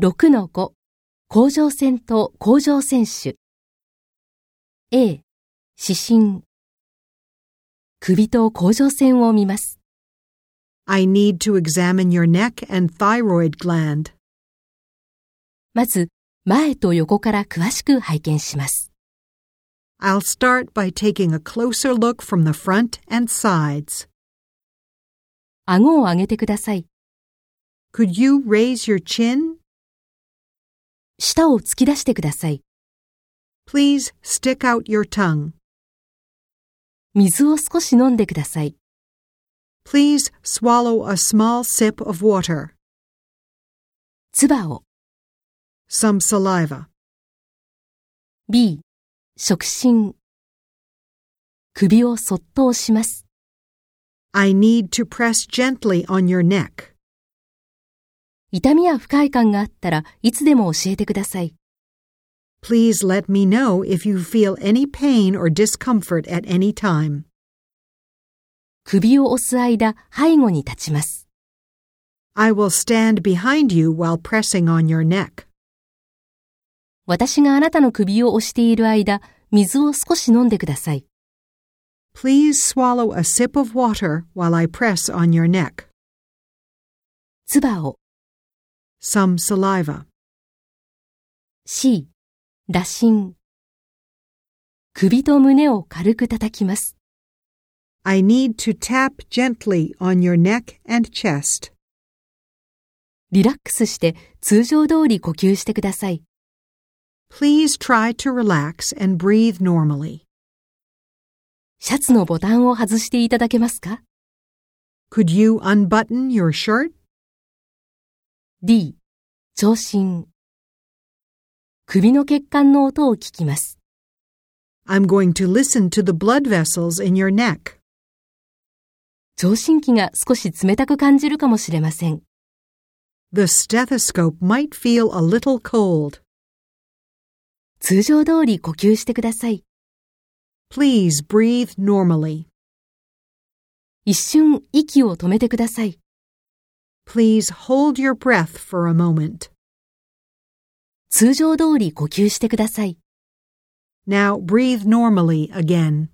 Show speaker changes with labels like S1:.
S1: 6-5甲状腺と甲状腺腫 A 指針首と甲状腺を見ます
S2: I need to examine your neck and thyroid gland.
S1: まず前と横から詳しく拝見します
S2: I'll start by taking a closer look from the front and sides.
S1: 顎を上げてください
S2: Could you raise your chin?
S1: 舌を突き出してください
S2: Please stick out your tongue.
S1: 水を少し飲んでください
S2: Please swallow a small sip of water,
S1: 唾を
S2: some saliva.
S1: B 触診首をそっと押します
S2: I need to press gently on your neck.
S1: 痛みや不快感があったらいつでも教えてください
S2: Please let me know if you feel any pain or discomfort at any time.
S1: 首を押す間背後に立ちます
S2: I will stand behind you while pressing on your neck.
S1: 私があなたの首を押している間水を少し飲んでください
S2: Please swallow a sip of water while I press on your neck,
S1: 唾を
S2: some saliva,
S1: C 打診首と胸を軽く叩きます
S2: I need to tap gently on your neck and chest.
S1: リラックスして通常通り呼吸してください
S2: Please try to relax and breathe normally.
S1: シャツのボタンを外していただけますか
S2: Could you unbutton your shirt?
S1: D 聴診首の血管の音を聞きます
S2: I'm going to listen to the blood vessels in your neck.
S1: 聴診器が少し冷たく感じるかもしれません
S2: The stethoscope might feel a little cold.
S1: 通常通り呼吸してください
S2: Please breathe normally.
S1: 一瞬息を止めてください
S2: Please hold your breath for a moment.
S1: 通常通り呼吸してください
S2: Now breathe normally again.